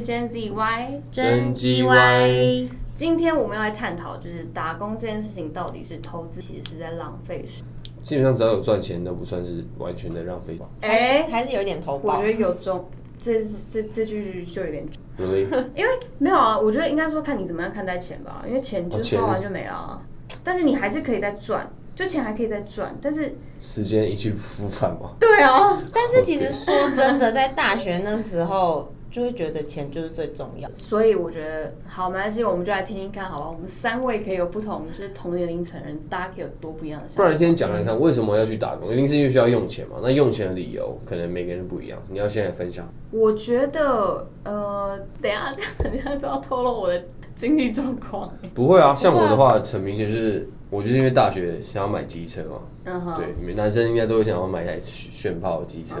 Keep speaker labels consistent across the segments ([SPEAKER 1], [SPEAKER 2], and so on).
[SPEAKER 1] Gen Z Y，
[SPEAKER 2] 真 GY
[SPEAKER 1] 今天我们要来探讨，就是打工这件事情到底是投资，其实是在浪费时间。
[SPEAKER 2] 基本上只要有赚钱，都不算是完全的浪费。
[SPEAKER 1] 哎、
[SPEAKER 3] 还是有点头
[SPEAKER 1] 我
[SPEAKER 3] 爆
[SPEAKER 1] 觉。得有中，这这这句就有点，
[SPEAKER 2] Really？
[SPEAKER 1] 因为没有啊，我觉得应该说看你怎么样看待钱吧，因为钱就
[SPEAKER 2] 哦
[SPEAKER 1] 是
[SPEAKER 2] 钱
[SPEAKER 1] 花完
[SPEAKER 2] 是
[SPEAKER 1] 就没了、啊，但是你还是可以再赚，就钱还可以再赚，但是
[SPEAKER 2] 时间一去不复返嘛。
[SPEAKER 1] 对啊，
[SPEAKER 3] 但是其实说真的，在大学那时候就会觉得钱就是最重要。
[SPEAKER 1] 所以我觉得好，没关系，我们就来听听看，好吧？我们三位可以有不同，就是同年龄层的人，大家可以有多不一样的想
[SPEAKER 2] 不
[SPEAKER 1] 法。
[SPEAKER 2] 然先讲看看为什么要去打工，一定是因为需要用钱嘛。那用钱的理由可能每个人不一样，你要先来分享。
[SPEAKER 1] 我觉得，呃，等一下，等一下就要透露我的经济状况。
[SPEAKER 2] 不会啊，像我的话，很明显就是我就是因为大学想要买机车嘛。
[SPEAKER 1] 嗯哼，
[SPEAKER 2] 对，每男生应该都会想要买一台炫炮的机车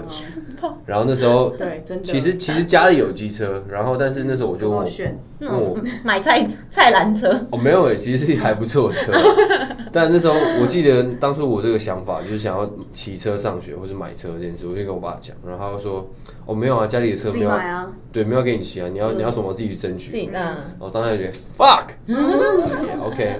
[SPEAKER 1] 嗯。
[SPEAKER 2] 然后那时候，
[SPEAKER 1] 对，真的。
[SPEAKER 2] 其实其实家里有机车，然后但是那时候我
[SPEAKER 1] 跟
[SPEAKER 2] 就问
[SPEAKER 1] 我
[SPEAKER 2] 我嗯
[SPEAKER 1] 选，
[SPEAKER 3] 那
[SPEAKER 2] 问我
[SPEAKER 3] 种 买菜菜篮车，
[SPEAKER 2] 哦，没有诶，其实是一台不错的车，啊但那时候我记得当初我这个想法就是想要骑车上学或者买车这件事，我就跟我爸讲，然后他就说哦没有啊，家里的车
[SPEAKER 1] 自己
[SPEAKER 2] 没有、
[SPEAKER 1] 买啊。嗯
[SPEAKER 2] 对，没有给你骑啊，你要、你要什么自己去争取。
[SPEAKER 3] 自己嗯，
[SPEAKER 2] 我当时就觉得 fuck，Yeah, OK，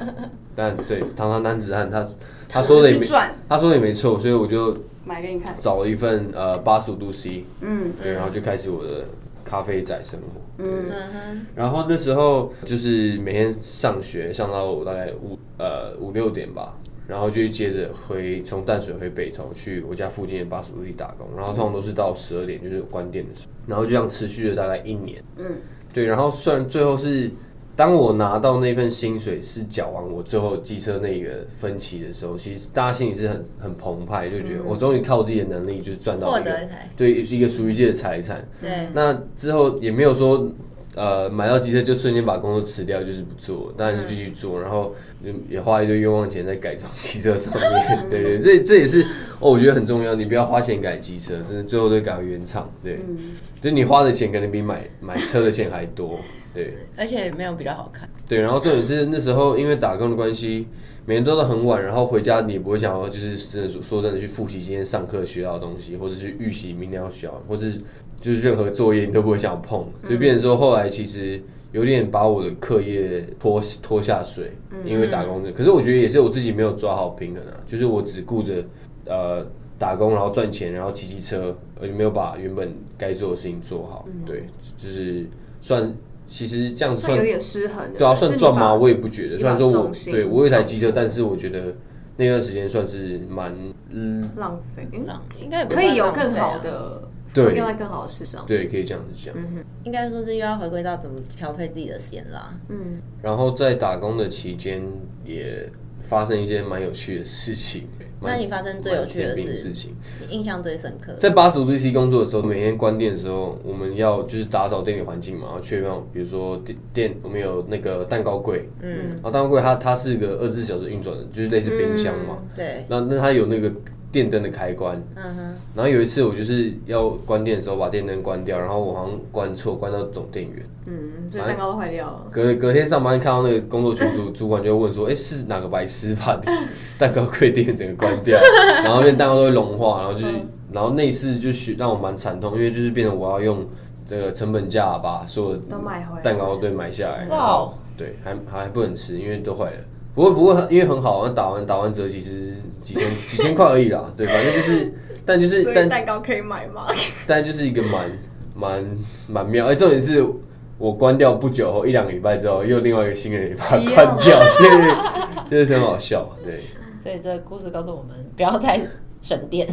[SPEAKER 2] 但对堂堂男子汉他他说的也
[SPEAKER 1] 去
[SPEAKER 2] 没
[SPEAKER 1] 赚
[SPEAKER 2] 他说的也没错，所以我就
[SPEAKER 1] 买给你看。
[SPEAKER 2] 找了一份呃八十五度 C，
[SPEAKER 1] 嗯
[SPEAKER 2] 对，然后就开始我的咖啡仔生活。对
[SPEAKER 1] 嗯，
[SPEAKER 3] 嗯哼，
[SPEAKER 2] 然后那时候就是每天上学上到我大概五呃五六点吧，然后就接着回从淡水回北投去我家附近的巴士路地打工，然后通常都是到十二点就是关店的时候，然后就这样持续了大概一年。
[SPEAKER 1] 嗯，
[SPEAKER 2] 对，然后虽然最后是当我拿到那份薪水是缴完我最后机车那个分期的时候，其实大家心里是很很澎湃，就
[SPEAKER 1] 嗯
[SPEAKER 2] 觉得我终于靠自己的能力就是赚到
[SPEAKER 3] 获
[SPEAKER 2] 一个
[SPEAKER 3] 得一台
[SPEAKER 2] 对一个属于自己的财产。
[SPEAKER 3] 对，
[SPEAKER 2] 那之后也没有说，呃，买到机车就瞬间把工作辞掉，就是不做，当然就继续做，然后就也花一堆冤枉钱在改装机车上面， 对对，这这也是哦，我觉得很重要，你不要花钱改机车，真的最后都改回原厂，对，就你花的钱可能比买买车的钱还多，对
[SPEAKER 3] 而且也没有比较好看。
[SPEAKER 2] 对，然后重点是那时候因为打工的关系。每天都到很晚，然后回家你也不会想要，就是真的说说真的去复习今天上课学到的东西，或者去预习明天要学到，或是就是任何作业你都不会想碰，就
[SPEAKER 1] 嗯
[SPEAKER 2] 变成说后来其实有点把我的课业拖拖下水，
[SPEAKER 1] 嗯
[SPEAKER 2] 因为打工的。可是我觉得也是我自己没有抓好平衡啊，就是我只顾着呃打工，然后赚钱，然后骑骑车，而没有把原本该做的事情做好。对，就是算其实这样子
[SPEAKER 1] 嗯算
[SPEAKER 2] 算
[SPEAKER 1] 有点失衡。
[SPEAKER 2] 对啊，
[SPEAKER 1] 就是
[SPEAKER 2] 算
[SPEAKER 1] 你
[SPEAKER 2] 赚吗？
[SPEAKER 1] 把
[SPEAKER 2] 我也不觉得。
[SPEAKER 1] 你
[SPEAKER 2] 虽然
[SPEAKER 1] 把
[SPEAKER 2] 说我
[SPEAKER 1] 重心
[SPEAKER 2] 对我有一台
[SPEAKER 1] 放
[SPEAKER 2] 机车，但是我觉得那段时间算是蛮嗯，
[SPEAKER 1] 浪费，
[SPEAKER 3] 浪应该也不
[SPEAKER 1] 可
[SPEAKER 3] 算
[SPEAKER 1] 以有
[SPEAKER 3] 浪费啊
[SPEAKER 1] 更好，的，
[SPEAKER 2] 对
[SPEAKER 1] 用在更好的事上。
[SPEAKER 2] 对，可以这样子讲。
[SPEAKER 3] 应该说是又要回归到怎么调配自己的钱啦。
[SPEAKER 1] 嗯，
[SPEAKER 2] 然后在打工的期间也发生一些蛮有趣的事情。蛮
[SPEAKER 3] 那你发生最有趣的
[SPEAKER 2] 蛮甜蜜
[SPEAKER 3] 是
[SPEAKER 2] 事情，
[SPEAKER 3] 你印象最深刻，
[SPEAKER 2] 在八十五度 C 工作的时候，每天关店的时候，我们要就是打扫店里环境嘛，然后确认，比如说店店我们有那个蛋糕柜，
[SPEAKER 3] 嗯，
[SPEAKER 2] 然后蛋糕柜它它是个二十四小时运转的，就是类似冰箱嘛，
[SPEAKER 3] 对，
[SPEAKER 2] 那那它有那个电灯的开关，
[SPEAKER 3] 嗯哼，
[SPEAKER 2] 然后有一次我就是要关店的时候把电灯关掉，然后我好像关错，关到总电源。
[SPEAKER 1] 嗯，所以蛋糕都坏掉了。
[SPEAKER 2] 隔隔天上班看到那个工作群组主管就会问说：“哎、是哪个白痴把 蛋糕柜电源整个关掉？”然后那蛋糕都会融化，然后就是，
[SPEAKER 1] 嗯
[SPEAKER 2] 然后那一次就是让我蛮惨痛，因为就是变成我要用这个成本价把所有的
[SPEAKER 1] 都买回来
[SPEAKER 2] 蛋糕对买下来，
[SPEAKER 3] 哇哦
[SPEAKER 2] 然
[SPEAKER 1] 哦
[SPEAKER 2] 后对还还不能吃，因为都坏了。不过不过因为很好，打完打完折其实几千几千块而已啦，对，反正就是，但就是
[SPEAKER 1] 所以
[SPEAKER 2] 但
[SPEAKER 1] 蛋糕可以买吗？
[SPEAKER 2] 但就是一个蛮蛮蛮妙，而重点是我关掉不久后一两个礼拜之后，又另外一个新人也把它
[SPEAKER 1] 一样
[SPEAKER 2] 关掉，对，就是很好笑，对。
[SPEAKER 3] 所以这个故事告诉我们，不要太省电，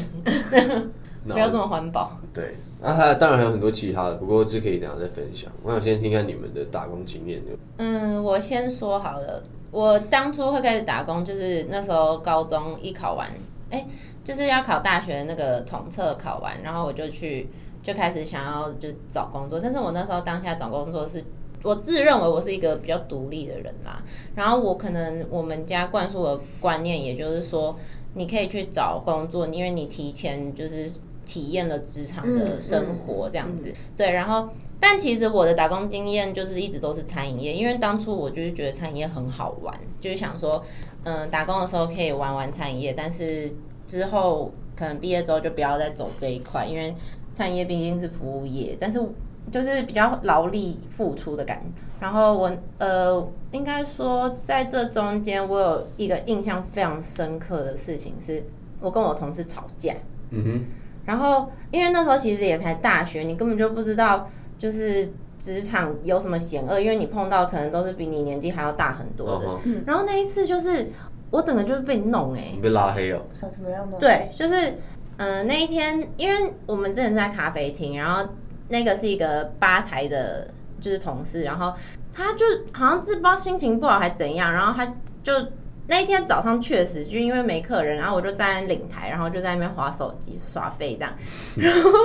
[SPEAKER 2] 那
[SPEAKER 3] 不要这么环保。
[SPEAKER 2] 对，那、还当然还有很多其他的，不过这可以等一下再分享。我想先听看你们的打工经验，
[SPEAKER 3] 嗯，我先说好了，我当初会开始打工，就是那时候高中一考完，哎、就是要考大学那个统测考完，然后我就去就开始想要就找工作，但是我那时候当下找工作是。我自认为我是一个比较独立的人啦，然后我可能我们家灌输我的观念，也就是说，你可以去找工作，因为你提前就是体验了职场的生活这样子，对，然后但其实我的打工经验就是一直都是餐饮业，因为当初我就是觉得餐饮业很好玩，就是想说，嗯，打工的时候可以玩玩餐饮业，但是之后可能毕业之后就不要再走这一块，因为餐饮业毕竟是服务业，但是就是比较劳力付出的感觉。然后我呃，应该说在这中间，我有一个印象非常深刻的事情是，我跟我同事吵架。
[SPEAKER 2] 嗯哼，
[SPEAKER 3] 然后因为那时候其实也才大学，你根本就不知道就是职场有什么险恶，因为你碰到可能都是比你年纪还要大很多的。
[SPEAKER 2] 哦
[SPEAKER 3] 然后那一次就是我整个就是被弄哎、
[SPEAKER 2] 你被拉黑哦，
[SPEAKER 1] 哦，怎么样呢？，
[SPEAKER 3] 对，就是嗯、呃那一天，因为我们之前在咖啡厅，然后那个是一个吧台的，就是同事，然后他就好像自不知道心情不好还怎样，然后他就那一天早上确实就因为没客人，然后我就站在领台，然后就在那边划手机耍废这样，然后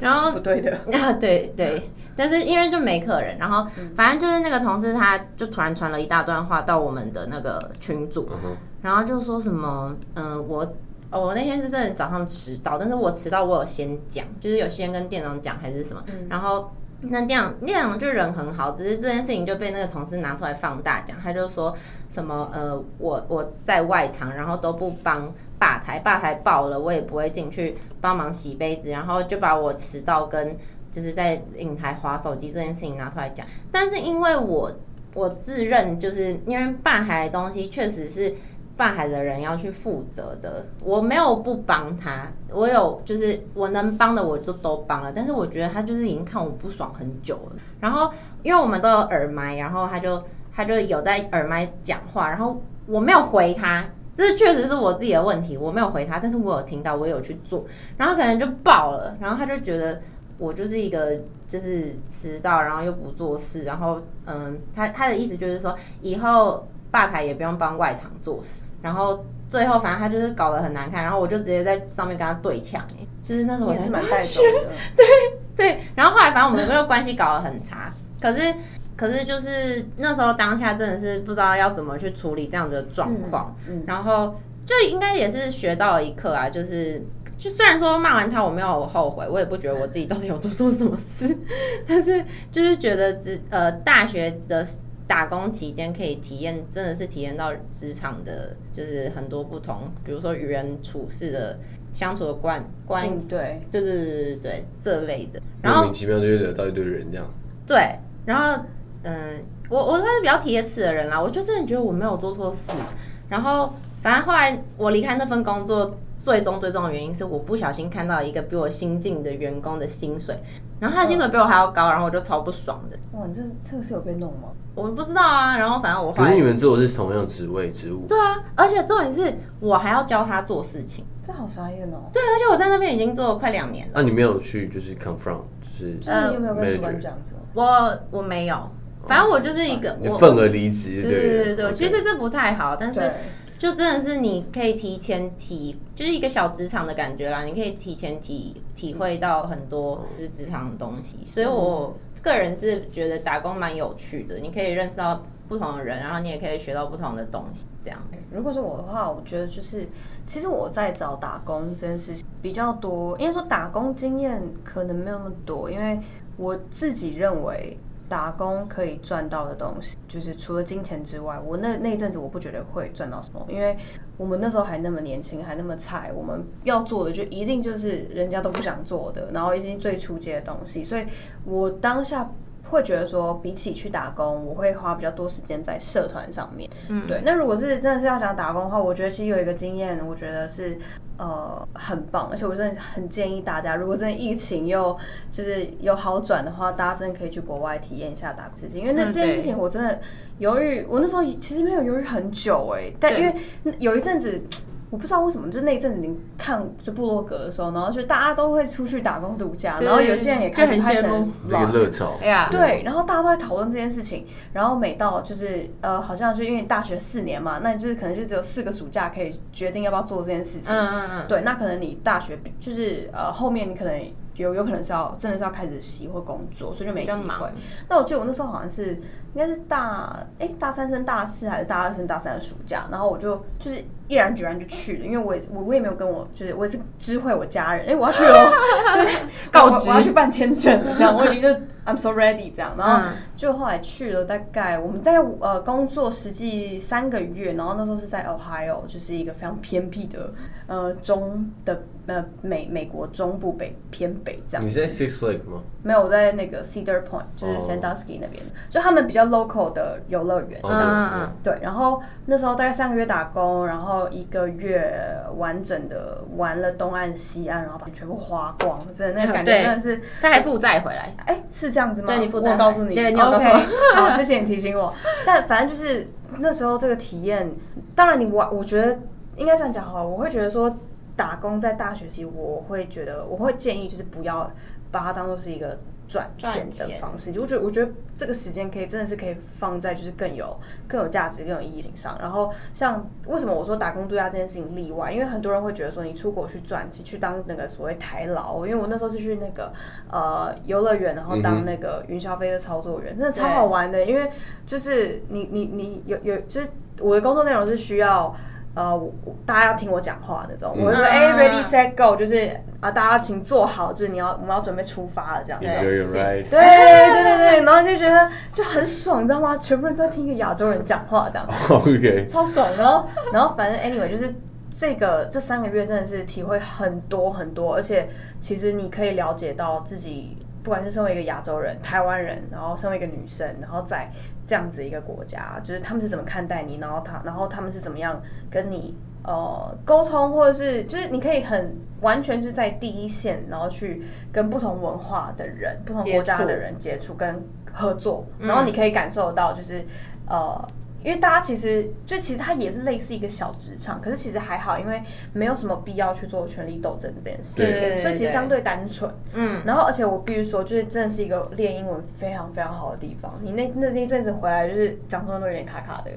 [SPEAKER 3] 然后
[SPEAKER 1] 不对的。
[SPEAKER 3] 啊，对对，但是因为就没客人，然后反正就是那个同事他就突然传了一大段话到我们的那个群组，
[SPEAKER 2] 嗯哼，
[SPEAKER 3] 然后就说什么，嗯、我。哦，我那天是真的早上迟到，但是我迟到我有先讲，就是有先跟店长讲还是什么，然后那店长店长就人很好，只是这件事情就被那个同事拿出来放大讲，他就说什么呃，我我在外场，然后都不帮吧台，吧台爆了，我也不会进去帮忙洗杯子，然后就把我迟到跟就是在领台划手机这件事情拿出来讲，但是因为我我自认就是因为吧台的东西确实是。办海的人要去负责的，我没有不帮他，我有就是我能帮的我就都帮了，但是我觉得他就是已经看我不爽很久了。然后因为我们都有耳麦，然后他就他就有在耳麦讲话，然后我没有回他，这确实是我自己的问题，我没有回他，但是我有听到，我有去做，然后可能就爆了，然后他就觉得我就是一个就是迟到，然后又不做事，然后嗯，他他的意思就是说以后吧台也不用帮外场做事，然后最后反正他就是搞得很难看，然后我就直接在上面跟他对呛、欸，就是那时候我
[SPEAKER 1] 也是
[SPEAKER 3] 才
[SPEAKER 1] 蛮带走的，
[SPEAKER 3] 对，然后后来反正我们没有关系搞得很差，可是可是就是那时候当下真的是不知道要怎么去处理这样的状况，
[SPEAKER 1] 嗯嗯
[SPEAKER 3] 然后就应该也是学到了一课啊，就是就虽然说骂完他我没有后悔，我也不觉得我自己到底有做错什么事， 但是就是觉得职呃大学的。打工期间可以体验，真的是体验到职场的，就是很多不同，比如说与人处事的相处的观观
[SPEAKER 1] 嗯，对，
[SPEAKER 3] 对对对对对，这类的。然
[SPEAKER 2] 莫
[SPEAKER 3] 后
[SPEAKER 2] 名其妙就会惹到一堆人这样，
[SPEAKER 3] 对，然后嗯，我我算是比较铁齿的人啦，我就真的觉得我没有做错事。然后反正后来我离开那份工作，最终最终的原因是我不小心看到一个比我新进的员工的薪水，然后他的薪水比我还要高，然后我就超不爽
[SPEAKER 2] 嗯
[SPEAKER 3] 的。
[SPEAKER 1] 哇，你这这个是有被弄吗？
[SPEAKER 3] 我不知道啊，然后反正我后
[SPEAKER 2] 可是
[SPEAKER 3] 来
[SPEAKER 2] 你们做的是同样的职位职务，
[SPEAKER 3] 对啊，而且重点是我还要教他做事情。
[SPEAKER 1] 这好傻眼哦。
[SPEAKER 3] 对，而且我在那边已经做了快两年了。
[SPEAKER 2] 啊那、你没有去就是 confront，就是
[SPEAKER 1] 就是你有没有跟主管
[SPEAKER 2] manager
[SPEAKER 1] 讲什么？
[SPEAKER 3] 我我没有，反正我就是一个
[SPEAKER 2] 哦你
[SPEAKER 3] 我
[SPEAKER 2] 份额离职，
[SPEAKER 3] 对对对
[SPEAKER 2] 不
[SPEAKER 3] 对对，
[SPEAKER 2] OK
[SPEAKER 3] 其实这不太好，但是
[SPEAKER 1] 对，
[SPEAKER 3] 就真的是你可以提前体，就是一个小职场的感觉啦。你可以提前体体会到很多就是职场的东西，所以我个人是觉得打工蛮有趣的，你可以认识到不同的人，然后你也可以学到不同的东西，这样。
[SPEAKER 1] 如果是我的话，我觉得就是，其实我在找打工这件事情比较多，应该说打工经验可能没有那么多，因为我自己认为打工可以赚到的东西，就是除了金钱之外，我那那一阵子我不觉得会赚到什么，因为我们那时候还那么年轻，还那么菜，我们要做的就一定就是人家都不想做的，然后一定最初级的东西，所以我当下。会觉得说，比起去打工，我会花比较多时间在社团上面。
[SPEAKER 3] 嗯
[SPEAKER 1] 对，那如果是真的是要想打工的话，我觉得其实有一个经验，我觉得是呃很棒，而且我真的很建议大家，如果真的疫情又就是有好转的话，大家真的可以去国外体验一下打工事情，因为那
[SPEAKER 3] 嗯
[SPEAKER 1] 这件
[SPEAKER 3] 对
[SPEAKER 1] 事情我真的犹豫，我那时候其实没有犹豫很久哎、但
[SPEAKER 3] 对
[SPEAKER 1] 因为那有一阵子。我不知道为什么，就那一阵子你看就部落格的时候，然后就大家都会出去打工度假，
[SPEAKER 3] 对
[SPEAKER 1] 然后有些人也
[SPEAKER 3] 就
[SPEAKER 1] 开
[SPEAKER 3] 很
[SPEAKER 1] 始拍
[SPEAKER 3] 羡
[SPEAKER 1] 成
[SPEAKER 3] 慕
[SPEAKER 2] 这个
[SPEAKER 1] vlog
[SPEAKER 2] 热潮，
[SPEAKER 3] 哎呀
[SPEAKER 1] 对，然后大家都在讨论这件事情，然后每到就是呃，好像是因为大学四年嘛，那你就是可能就只有四个暑假可以决定要不要做这件事情。
[SPEAKER 3] 嗯嗯嗯，
[SPEAKER 1] 对，那可能你大学就是呃后面你可能有有可能是要真的是要开始习或工作，所以就没
[SPEAKER 3] 比
[SPEAKER 1] 机
[SPEAKER 3] 较
[SPEAKER 1] 会
[SPEAKER 3] 忙。
[SPEAKER 1] 那我记得我那时候好像是应该是大哎、大三升大四还是大二升大三的暑假，然后我就就是毅然决然就去了，因为我也我我也没有跟我就是我也是知会我家人，哎、我要去哦， 就是
[SPEAKER 4] 告
[SPEAKER 1] 我
[SPEAKER 4] 知
[SPEAKER 1] 我要去办签证了，这样我已经就是 I'm so ready 这样，然后
[SPEAKER 4] 嗯
[SPEAKER 1] 就后来去了大概我们在呃工作实际三个月，然后那时候是在 Ohio，就是一个非常偏僻的呃中的呃美美国中部北偏北这样子。
[SPEAKER 2] 你在 Six Flag 吗？
[SPEAKER 1] 没有，我在那个 Cedar Point，就是
[SPEAKER 2] 哦
[SPEAKER 1] Sandusky 那边就他们比较 local 的游乐园。
[SPEAKER 2] 哦
[SPEAKER 4] 嗯嗯嗯
[SPEAKER 1] 对，然后那时候大概三个月打工，然后一个月完整的玩了东岸西岸，然后把全部花光，真的那个感觉
[SPEAKER 4] 对
[SPEAKER 1] 真的是，
[SPEAKER 4] 他还负债回来，
[SPEAKER 1] 哎，是这样子吗？
[SPEAKER 4] 对你负责
[SPEAKER 1] 我告诉你，
[SPEAKER 4] 对你有告诉
[SPEAKER 1] OK，
[SPEAKER 4] 我
[SPEAKER 1] 好，谢谢你提醒我。但反正就是那时候这个体验，当然你玩，我觉得应该这样讲好了，我会觉得说打工在大学期，我会觉得我会建议就是不要把它当做是一个。赚钱的
[SPEAKER 3] 赚钱
[SPEAKER 1] 方式，就我觉得，我觉得这个时间可以真的是可以放在就是更有更有价值、更有意义上。然后像为什么我说打工度假这件事情例外，因为很多人会觉得说你出国去赚，去去当那个所谓台劳，因为我那时候是去那个呃游乐园，然后
[SPEAKER 2] 嗯
[SPEAKER 1] 当
[SPEAKER 2] 哼
[SPEAKER 1] 那个云霄飞车操作员，真的超好玩的。因为就是你你你有有就是我的工作内容是需要。呃，我我大家要听我讲话那种，我会说，
[SPEAKER 4] 嗯
[SPEAKER 1] 哎、r e a d y set go，就是啊，大家请坐好，就是你要我们要准备出发了这样子。
[SPEAKER 3] 对
[SPEAKER 2] Enjoy your
[SPEAKER 3] 是
[SPEAKER 1] 对
[SPEAKER 2] ride。
[SPEAKER 1] 对对对，然后就觉得就很爽，你知道吗？全部人都在听一个亚洲人讲话，这样
[SPEAKER 2] OK，
[SPEAKER 1] 超爽。然后然后反正 anyway 就是。这个这三个月真的是体会很多很多，而且其实你可以了解到自己，不管是身为一个亚洲人、台湾人，然后身为一个女生，然后在这样子一个国家，就是他们是怎么看待你，然后他，然后他们是怎么样跟你呃沟通，或者是就是你可以很完全是在第一线，然后去跟不同文化的人、不同国家的人接触跟合作，然后你可以感受到就是呃。因为大家其实就其实它也是类似一个小职场，可是其实还好，因为没有什么必要去做权力斗争这件事情，
[SPEAKER 3] 对对对
[SPEAKER 1] 所以其实相对单纯。
[SPEAKER 4] 嗯，
[SPEAKER 1] 然后而且我必须说，就是真的是一个练英文非常非常好的地方。你那那那一阵子回来，就是讲中文都有点卡卡的，
[SPEAKER 2] 有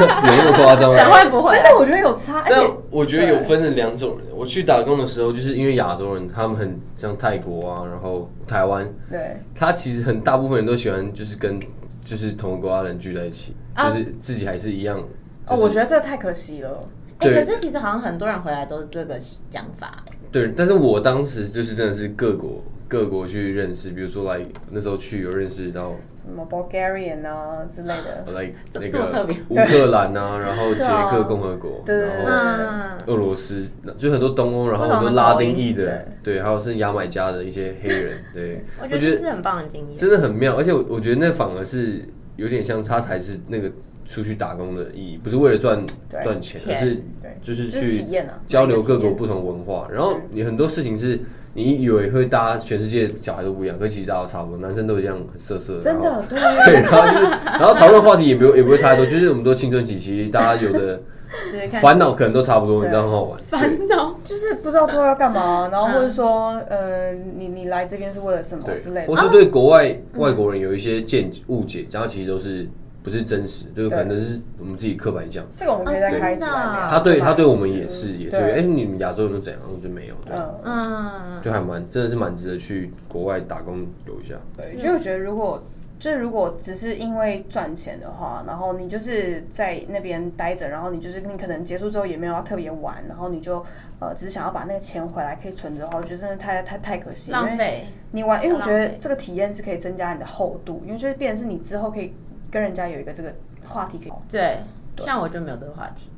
[SPEAKER 2] 那么夸张
[SPEAKER 4] 转
[SPEAKER 2] 吗？
[SPEAKER 4] 换不回
[SPEAKER 1] 真
[SPEAKER 4] 来
[SPEAKER 1] 的，我觉得啊有差，而
[SPEAKER 2] 但
[SPEAKER 1] 且
[SPEAKER 2] 我觉得有分成两种人。我去打工的时候，就是因为亚洲人，他们很像泰国啊，然后台湾，
[SPEAKER 1] 对
[SPEAKER 2] 他其实很大部分人都喜欢就是跟就是同国家人聚在一起，就是自己还是一样。
[SPEAKER 1] 啊哦，
[SPEAKER 2] 就是
[SPEAKER 1] 我觉得这个太可惜了。
[SPEAKER 3] 哎、
[SPEAKER 2] 对
[SPEAKER 3] 可是其实好像很多人回来都是这个讲法、哎
[SPEAKER 2] 对，但是我当时就是真的是各国各国去认识，比如说来那时候去有认识到
[SPEAKER 1] 什么 Bulgarian 啊之类 的，
[SPEAKER 2] 来
[SPEAKER 3] 这
[SPEAKER 2] 那
[SPEAKER 3] 这么
[SPEAKER 2] 个
[SPEAKER 3] 特别
[SPEAKER 2] 乌克兰啊，然后捷克共和国，
[SPEAKER 1] 对对对
[SPEAKER 2] 然后
[SPEAKER 4] 嗯，
[SPEAKER 2] 俄罗斯，就很多东欧，然后
[SPEAKER 4] 不
[SPEAKER 2] 很
[SPEAKER 4] 同的
[SPEAKER 2] 多拉丁裔
[SPEAKER 1] 口
[SPEAKER 2] 的
[SPEAKER 1] 音，
[SPEAKER 2] 对，还有是牙买加的一些黑人，对，
[SPEAKER 3] 我觉得这是很棒的经验。
[SPEAKER 2] 真的很妙，而且我我觉得那反而是有点像他才是那个出去打工的意义，不是为了赚
[SPEAKER 1] 对
[SPEAKER 2] 赚钱，
[SPEAKER 3] 钱
[SPEAKER 2] 而是
[SPEAKER 1] 对，
[SPEAKER 2] 就是
[SPEAKER 1] 就是
[SPEAKER 2] 去
[SPEAKER 1] 体验啊
[SPEAKER 2] 交流各国不同文化。然后你很多事情是你以为会大家全世界小孩都不一样，可其实大家都差不多，男生都一样很色色，然
[SPEAKER 1] 真
[SPEAKER 2] 后
[SPEAKER 1] 的对。
[SPEAKER 2] 对，然后就是然后讨论话题也不也不会差太多，就是我们都青春期，其实大家有的
[SPEAKER 4] 就是看
[SPEAKER 2] 烦恼可能都差不多，
[SPEAKER 1] 对
[SPEAKER 2] 你知道很好玩。
[SPEAKER 4] 烦恼，
[SPEAKER 1] 就是不知道之后要干 嘛，然后或者说，呃，你你来这边是为了什么
[SPEAKER 2] 对
[SPEAKER 1] 之类，的啊嗯
[SPEAKER 2] 或。是对国外外国人有一些见误解，然后其实都是不是真实，就是可能是我们自己刻板印象。
[SPEAKER 1] 这个我们可以再开起来聊。
[SPEAKER 2] 他对他对我们也
[SPEAKER 1] 对
[SPEAKER 2] 是也是，哎，你们亚洲人都怎样？我就没有，对，
[SPEAKER 1] 嗯嗯，
[SPEAKER 4] 嗯，
[SPEAKER 2] 就还蛮真的是蛮值得去国外打工游一下。
[SPEAKER 1] 对，就我觉得如果。就是如果只是因为赚钱的话，然后你就是在那边待着，然后你就是你可能结束之后也没有要特别玩，然后你就呃只是想要把那个钱回来可以存着的话，我觉得真的太太太可惜了，
[SPEAKER 4] 浪
[SPEAKER 1] 因为
[SPEAKER 4] 费，
[SPEAKER 1] 你玩，因为我
[SPEAKER 4] 浪
[SPEAKER 1] 觉得
[SPEAKER 4] 费
[SPEAKER 1] 这个体验是可以增加你的厚度，因为就是变成是你之后可以跟人家有一个这个话题可以
[SPEAKER 4] 对，像我就没有这个话题。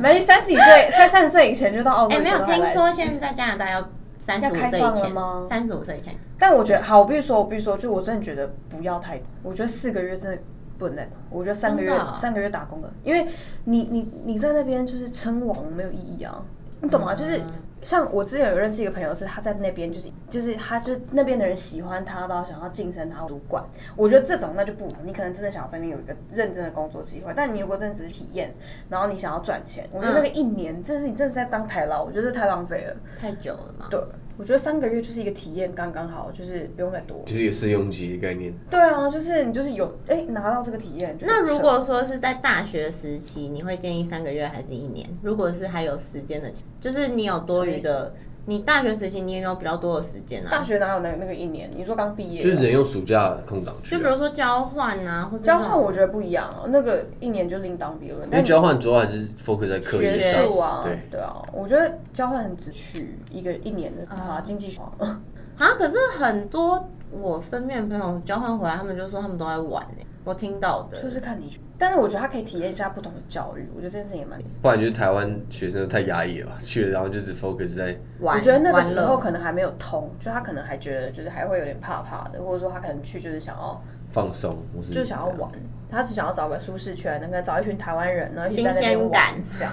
[SPEAKER 1] 没三十几岁，三三十岁以前就到澳洲。
[SPEAKER 3] 哎、没有
[SPEAKER 1] 就到
[SPEAKER 3] 听
[SPEAKER 1] 来
[SPEAKER 3] 说
[SPEAKER 1] 自己
[SPEAKER 3] 现在加拿大要三
[SPEAKER 1] 要
[SPEAKER 3] 十
[SPEAKER 1] 开
[SPEAKER 3] 五岁
[SPEAKER 1] 放
[SPEAKER 3] 以
[SPEAKER 1] 了
[SPEAKER 3] 前
[SPEAKER 1] 吗
[SPEAKER 3] 三十五岁以前，
[SPEAKER 1] 但我觉得好，我必须说，我必须说，就我真的觉得不要太，我觉得四个月真的不能再，我觉得三个月、
[SPEAKER 3] 真的啊
[SPEAKER 1] 三个月打工了，因为你你你在那边就是称王没有意义啊，你懂吗？
[SPEAKER 3] 嗯
[SPEAKER 1] 就是像我之前有认识一个朋友，是他在那边就是就是他就是那边的人喜欢他到想要晋升他主管，我觉得这种那就不，你可能真的想要在那边有一个认真的工作机会，但你如果真的只是体验，然后你想要赚钱，
[SPEAKER 3] 嗯
[SPEAKER 1] 我觉得那个一年，真的是你真的是在当台劳，我觉得这太浪费了。
[SPEAKER 3] 太久了嘛。
[SPEAKER 1] 对，我觉得三个月就是一个体验，刚刚好，就是不用再多。
[SPEAKER 2] 其实也试用期的概念，
[SPEAKER 1] 对啊，就是你就是有哎、拿到这个体验。就
[SPEAKER 3] 那
[SPEAKER 1] 很
[SPEAKER 3] 如
[SPEAKER 1] 扯
[SPEAKER 3] 果说是在大学时期，你会建议三个月还是一年？如果是还有时间的，就是你有多余的你大学时期你也有比较多的时间啊，
[SPEAKER 1] 大学哪有那那个一年？你说刚毕业啊，
[SPEAKER 2] 就是只能用暑假空档去
[SPEAKER 3] 就
[SPEAKER 2] 啊、
[SPEAKER 3] 比如说交换啊，或者
[SPEAKER 1] 交换，我
[SPEAKER 3] 觉
[SPEAKER 1] 觉得不一样哦。那个一年就另当别论，
[SPEAKER 2] 因为
[SPEAKER 1] 但
[SPEAKER 2] 交换主要还是 focus 在课业
[SPEAKER 1] 学
[SPEAKER 2] 上
[SPEAKER 1] 术啊，
[SPEAKER 2] 对，
[SPEAKER 1] 对啊，我觉得交换很只去一个一年的啊， 经济学
[SPEAKER 3] 得啊，可是很多我身边的朋友交换回来，他们就说他们都在玩欸我听到的，
[SPEAKER 1] 就是看你去，但是我觉得他可以体验一下不同的教育，我觉得这件事情也蛮。
[SPEAKER 2] 不然就是台湾学生都太压抑了吧，去了然后就只 focus 在
[SPEAKER 3] 玩，
[SPEAKER 1] 我觉得那个
[SPEAKER 3] 玩
[SPEAKER 1] 时
[SPEAKER 3] 乐
[SPEAKER 1] 候可能还没有通，就他可能还觉得就是还会有点怕怕的，或者说他可能去就是想要
[SPEAKER 2] 放松，或是
[SPEAKER 1] 就是想要
[SPEAKER 2] 怎样
[SPEAKER 1] 玩，他只想要找个舒适圈，能够找一群台湾人，然后一起
[SPEAKER 3] 新
[SPEAKER 1] 在那边
[SPEAKER 3] 鲜
[SPEAKER 1] 玩
[SPEAKER 3] 感
[SPEAKER 1] 这样。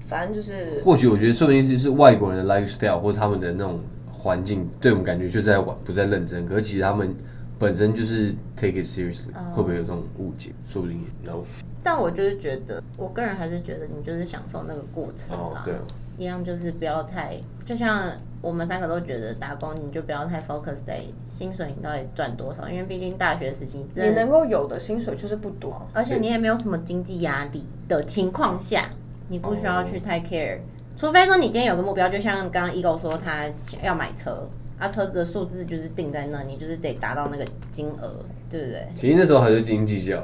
[SPEAKER 1] 反正就是
[SPEAKER 2] 或许我觉得，说不定是是外国人的 lifestyle 或者他们的那种环境，对我们感觉就是在玩，不在认真。可是其实他们本身就是 take it seriously，、会不会有这种误解？说不定然后
[SPEAKER 3] 但我就是觉得，我个人还是觉得你就是享受那个过程
[SPEAKER 2] 哦
[SPEAKER 3] 啦，，
[SPEAKER 2] 对啊，
[SPEAKER 3] 一样就是不要太，就像我们三个都觉得打工，你就不要太 focus 在薪水你到底赚多少，因为毕竟大学时期
[SPEAKER 1] 你
[SPEAKER 3] 真
[SPEAKER 1] 能
[SPEAKER 3] 的，
[SPEAKER 1] 够有的薪水就是不 多，
[SPEAKER 3] 而且你也没有什么经济压力的情况下，你不需要去太 care，、除非说你今天有个目标，就像刚刚 Ego 说他要买车，啊，车子的数字就是定在那，你就是得达到那个金额，对不对？
[SPEAKER 2] 其实那时候还是斤斤计较，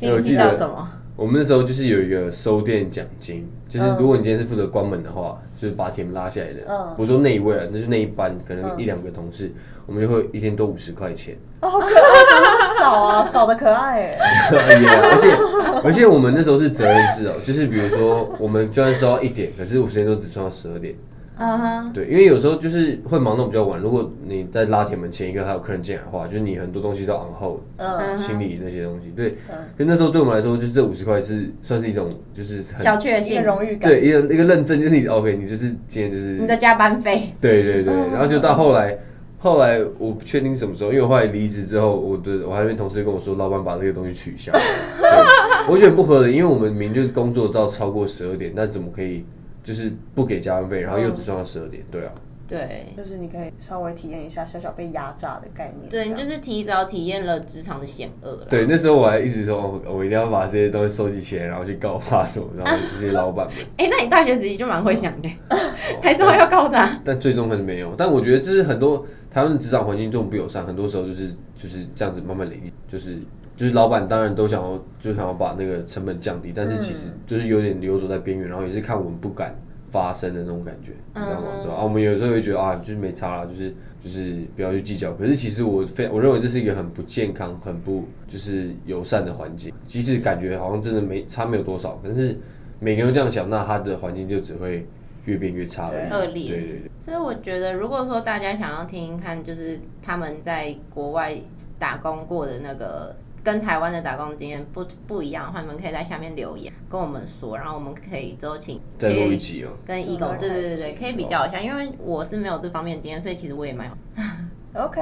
[SPEAKER 2] 因为我
[SPEAKER 3] 经
[SPEAKER 2] 记
[SPEAKER 3] 济
[SPEAKER 2] 得
[SPEAKER 3] 叫什么？
[SPEAKER 2] 啊 我们那时候就是有一个收店奖金，就是如果你今天是负责关门的话，就是把铁门拉下来的，
[SPEAKER 1] 嗯
[SPEAKER 2] 不是说那一位啊，那是那一班可能一两个同事，我们就会一天多五十块钱。
[SPEAKER 1] 哦，好可爱，好少啊，少的可爱哎。
[SPEAKER 2] 也啊而且而且我们那时候是责任制哦，就是比如说我们就算收到一点，可是我时间都只收到十二点。
[SPEAKER 1] 啊哈，
[SPEAKER 2] 对，因为有时候就是会忙到比较晚。如果你在拉铁门前一个还有客人进来的话，就是你很多东西都 on hold，
[SPEAKER 1] 嗯，
[SPEAKER 2] 清理那些东西。对，所以那时候对我们来说，就是这五十块是算是一种就是很
[SPEAKER 5] 小确
[SPEAKER 1] 一个
[SPEAKER 5] 幸，
[SPEAKER 1] 荣誉感。
[SPEAKER 2] 对一个一个认证，就是你 OK，你就是今天就是
[SPEAKER 5] 你的加班费，
[SPEAKER 2] 对对对，然后就到后来，后来我不确定是什么时候，因为我后来离职之后，我的我还边同事跟我说，老板把这个东西取 消，对我觉得很不合理，因为我们明明就是工作到超过十二点，那怎么可以就是不给加班费，然后又只算到十二点？对啊，
[SPEAKER 3] 对。
[SPEAKER 1] 就是你可以稍微体验一下小小被压榨的概念。
[SPEAKER 3] 对，你就是提早体验了职场的险恶了。
[SPEAKER 2] 对，那时候我还一直说，哦我一定要把这些东西收集起来，然后去告发什么，然后这些老板们，
[SPEAKER 5] 哎、那你大学时期就蛮会想的，
[SPEAKER 3] 哦
[SPEAKER 5] 还是会要告他。
[SPEAKER 2] 但最终还是没有。但我觉得这是很多台湾的职场环境这种不友善，很多时候就是就是这样子慢慢累积，就是就是老板当然都想要就想要把那个成本降低，但是其实就是有点流走在边缘，然后也是看我们不敢发声的那种感觉，你知道吗？对吧、啊，我们有时候会觉得啊，就是没差啦，就是就是不要去计较。可是其实我非我认为这是一个很不健康、很不就是友善的环境，即使感觉好像真的没差没有多少，可是每个人都这样想，那他的环境就只会。越变越差而已，
[SPEAKER 1] 对
[SPEAKER 3] 恶劣
[SPEAKER 2] 对对对。
[SPEAKER 3] 所以我觉得，如果说大家想要听听看，就是他们在国外打工过的那个跟台湾的打工经验不不一样的话，你们可以在下面留言跟我们说，然后我们可以之后请
[SPEAKER 2] 再
[SPEAKER 3] 可
[SPEAKER 2] 录
[SPEAKER 3] 以
[SPEAKER 2] 一集哦。
[SPEAKER 3] 跟 Ego 对对对对，可以比较一下，因为我是没有这方面的经验，所以其实我也蛮有。
[SPEAKER 1] OK，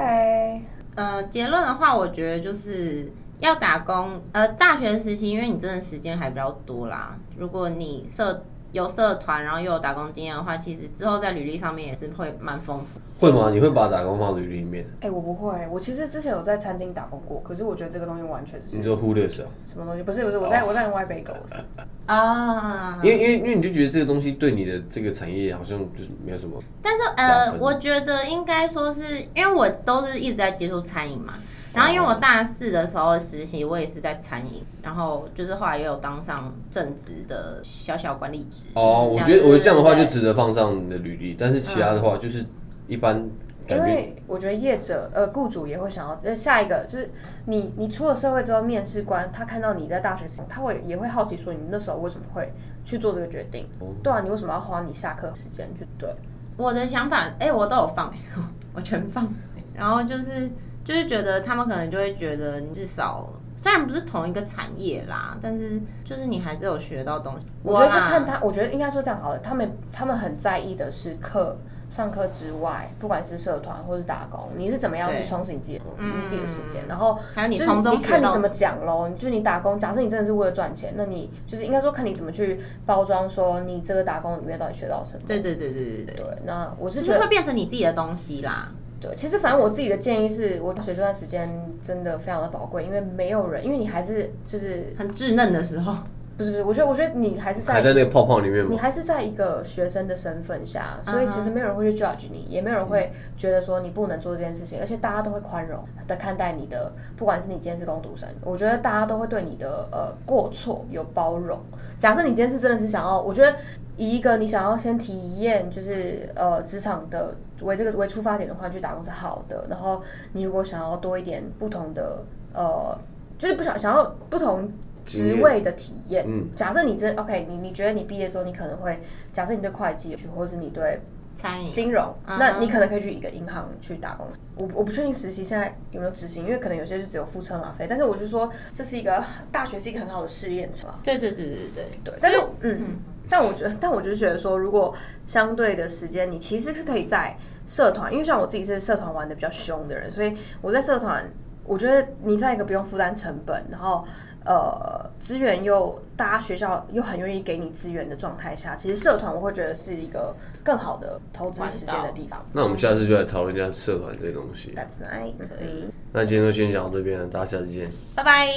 [SPEAKER 3] 呃，结论的话，我觉得就是要打工。呃，大学时期，因为你真的时间还比较多啦，如果你社有社团，然后又有打工经验的话，其实之后在履历上面也是会蛮丰富。
[SPEAKER 2] 会吗？你会把打工放到履历里面？
[SPEAKER 1] 哎、我不会，我其实之前有在餐厅打工过，可是我觉得这个东西完全是
[SPEAKER 2] 你说哦忽略是吧？
[SPEAKER 1] 什么东西？不是不是，我在我在 NY b a g e l 嗯
[SPEAKER 3] 啊，
[SPEAKER 2] 因为因为因为你就觉得这个东西对你的这个产业好像就是没有什么。
[SPEAKER 1] 嗯
[SPEAKER 3] 但是
[SPEAKER 2] 加
[SPEAKER 3] 呃，
[SPEAKER 2] 分
[SPEAKER 3] 我觉得应该说是因为我都是一直在接触餐饮嘛，然后因为我大四的时候实习，我也是在餐饮，然后就是后来也有当上正职的小小管理职。
[SPEAKER 2] 哦，我
[SPEAKER 3] 这
[SPEAKER 2] 觉
[SPEAKER 3] 样
[SPEAKER 2] 得我觉得
[SPEAKER 3] 对
[SPEAKER 2] 这样的话
[SPEAKER 3] 对
[SPEAKER 2] 就值得放上你的履历，但是其他的话就是一般
[SPEAKER 1] 嗯因
[SPEAKER 2] 感觉
[SPEAKER 1] 为我觉得业者呃雇主也会想要，呃下一个就是你你出了社会之后，面试官他看到你在大学时，他会也会好奇说你那时候为什么会去做这个决定？对啊，你为什么要花你下课时间去对？
[SPEAKER 3] 我的想法，哎、我都有放、 我全放。然后就是就是觉得他们可能就会觉得，至少虽然不是同一个产业啦，但是就是你还是有学到东西。
[SPEAKER 1] 我觉得是
[SPEAKER 3] 啦
[SPEAKER 1] 看他，我觉得应该说这样好了，他们他们很在意的是课上课之外，不管是社团或是打工，你是怎么样去
[SPEAKER 3] 对嗯
[SPEAKER 1] 充实你自己的你自己的时间，然后
[SPEAKER 3] 还有你
[SPEAKER 1] 就是
[SPEAKER 3] 从中
[SPEAKER 1] 你看
[SPEAKER 3] 学
[SPEAKER 1] 你
[SPEAKER 3] 到
[SPEAKER 1] 怎么讲喽，就是你打工，假设你真的是为了赚钱，那你就是应该说看你怎么去包装，说你这个打工里面到底学到什么。
[SPEAKER 3] 对对对对对对对，
[SPEAKER 1] 对，那我是
[SPEAKER 3] 就
[SPEAKER 1] 觉
[SPEAKER 3] 是会
[SPEAKER 1] 得，
[SPEAKER 3] 变成你自己的东西啦。
[SPEAKER 1] 对，其实反正我自己的建议是，我大学这段时间真的非常的宝贵，因为没有人，因为你还是就是
[SPEAKER 3] 很稚嫩的时候，
[SPEAKER 1] 不是不是，我觉得我觉得你还是在
[SPEAKER 2] 还在那个泡泡里面
[SPEAKER 1] 你
[SPEAKER 2] 吗？
[SPEAKER 1] 还是在一个学生的身份下，所
[SPEAKER 4] 嗯
[SPEAKER 1] 以
[SPEAKER 4] 哼嗯
[SPEAKER 1] 其实没有人会去 judge 你，也没有人会觉得说你不能做这件事情，而且大家都会宽容的看待你的，不管是你今天是攻读生，我觉得大家都会对你的呃过错有包容。假设你今天是真的是想要，我觉得以一个你想要先体验就是呃职场的为这个为出发点的话，去打工是好的。然后你如果想要多一点不同的呃，就是不想想要不同职位的体验，
[SPEAKER 2] 嗯
[SPEAKER 1] 假设你真 OK，你你觉得你毕业之后，你可能会假设你对会计有兴趣，或者是你对
[SPEAKER 4] 餐饮
[SPEAKER 1] 金融，
[SPEAKER 4] 嗯
[SPEAKER 1] 那你可能可以去一个银行去打工。我我不确定实习现在有没有执行，因为可能有些是只有付车马费，但是我就说这是一个大学是一个很好的试验场。
[SPEAKER 3] 对对对对对对。
[SPEAKER 1] 对，但是嗯，但我觉得，但我就觉得说，如果相对的时间，你其实是可以在社团，因为像我自己是社团玩的比较凶的人，所以我在社团，我觉得你在一个不用负担成本，然后呃资源又大家学校又很愿意给你资源的状态下，其实社团我会觉得是一个更好的投资时间的地方。
[SPEAKER 2] 那我们下次就来讨论一下社团这些东西。
[SPEAKER 1] That's nice，可以。
[SPEAKER 2] 那今天就先讲到这边了，大家下次见。
[SPEAKER 4] 拜拜。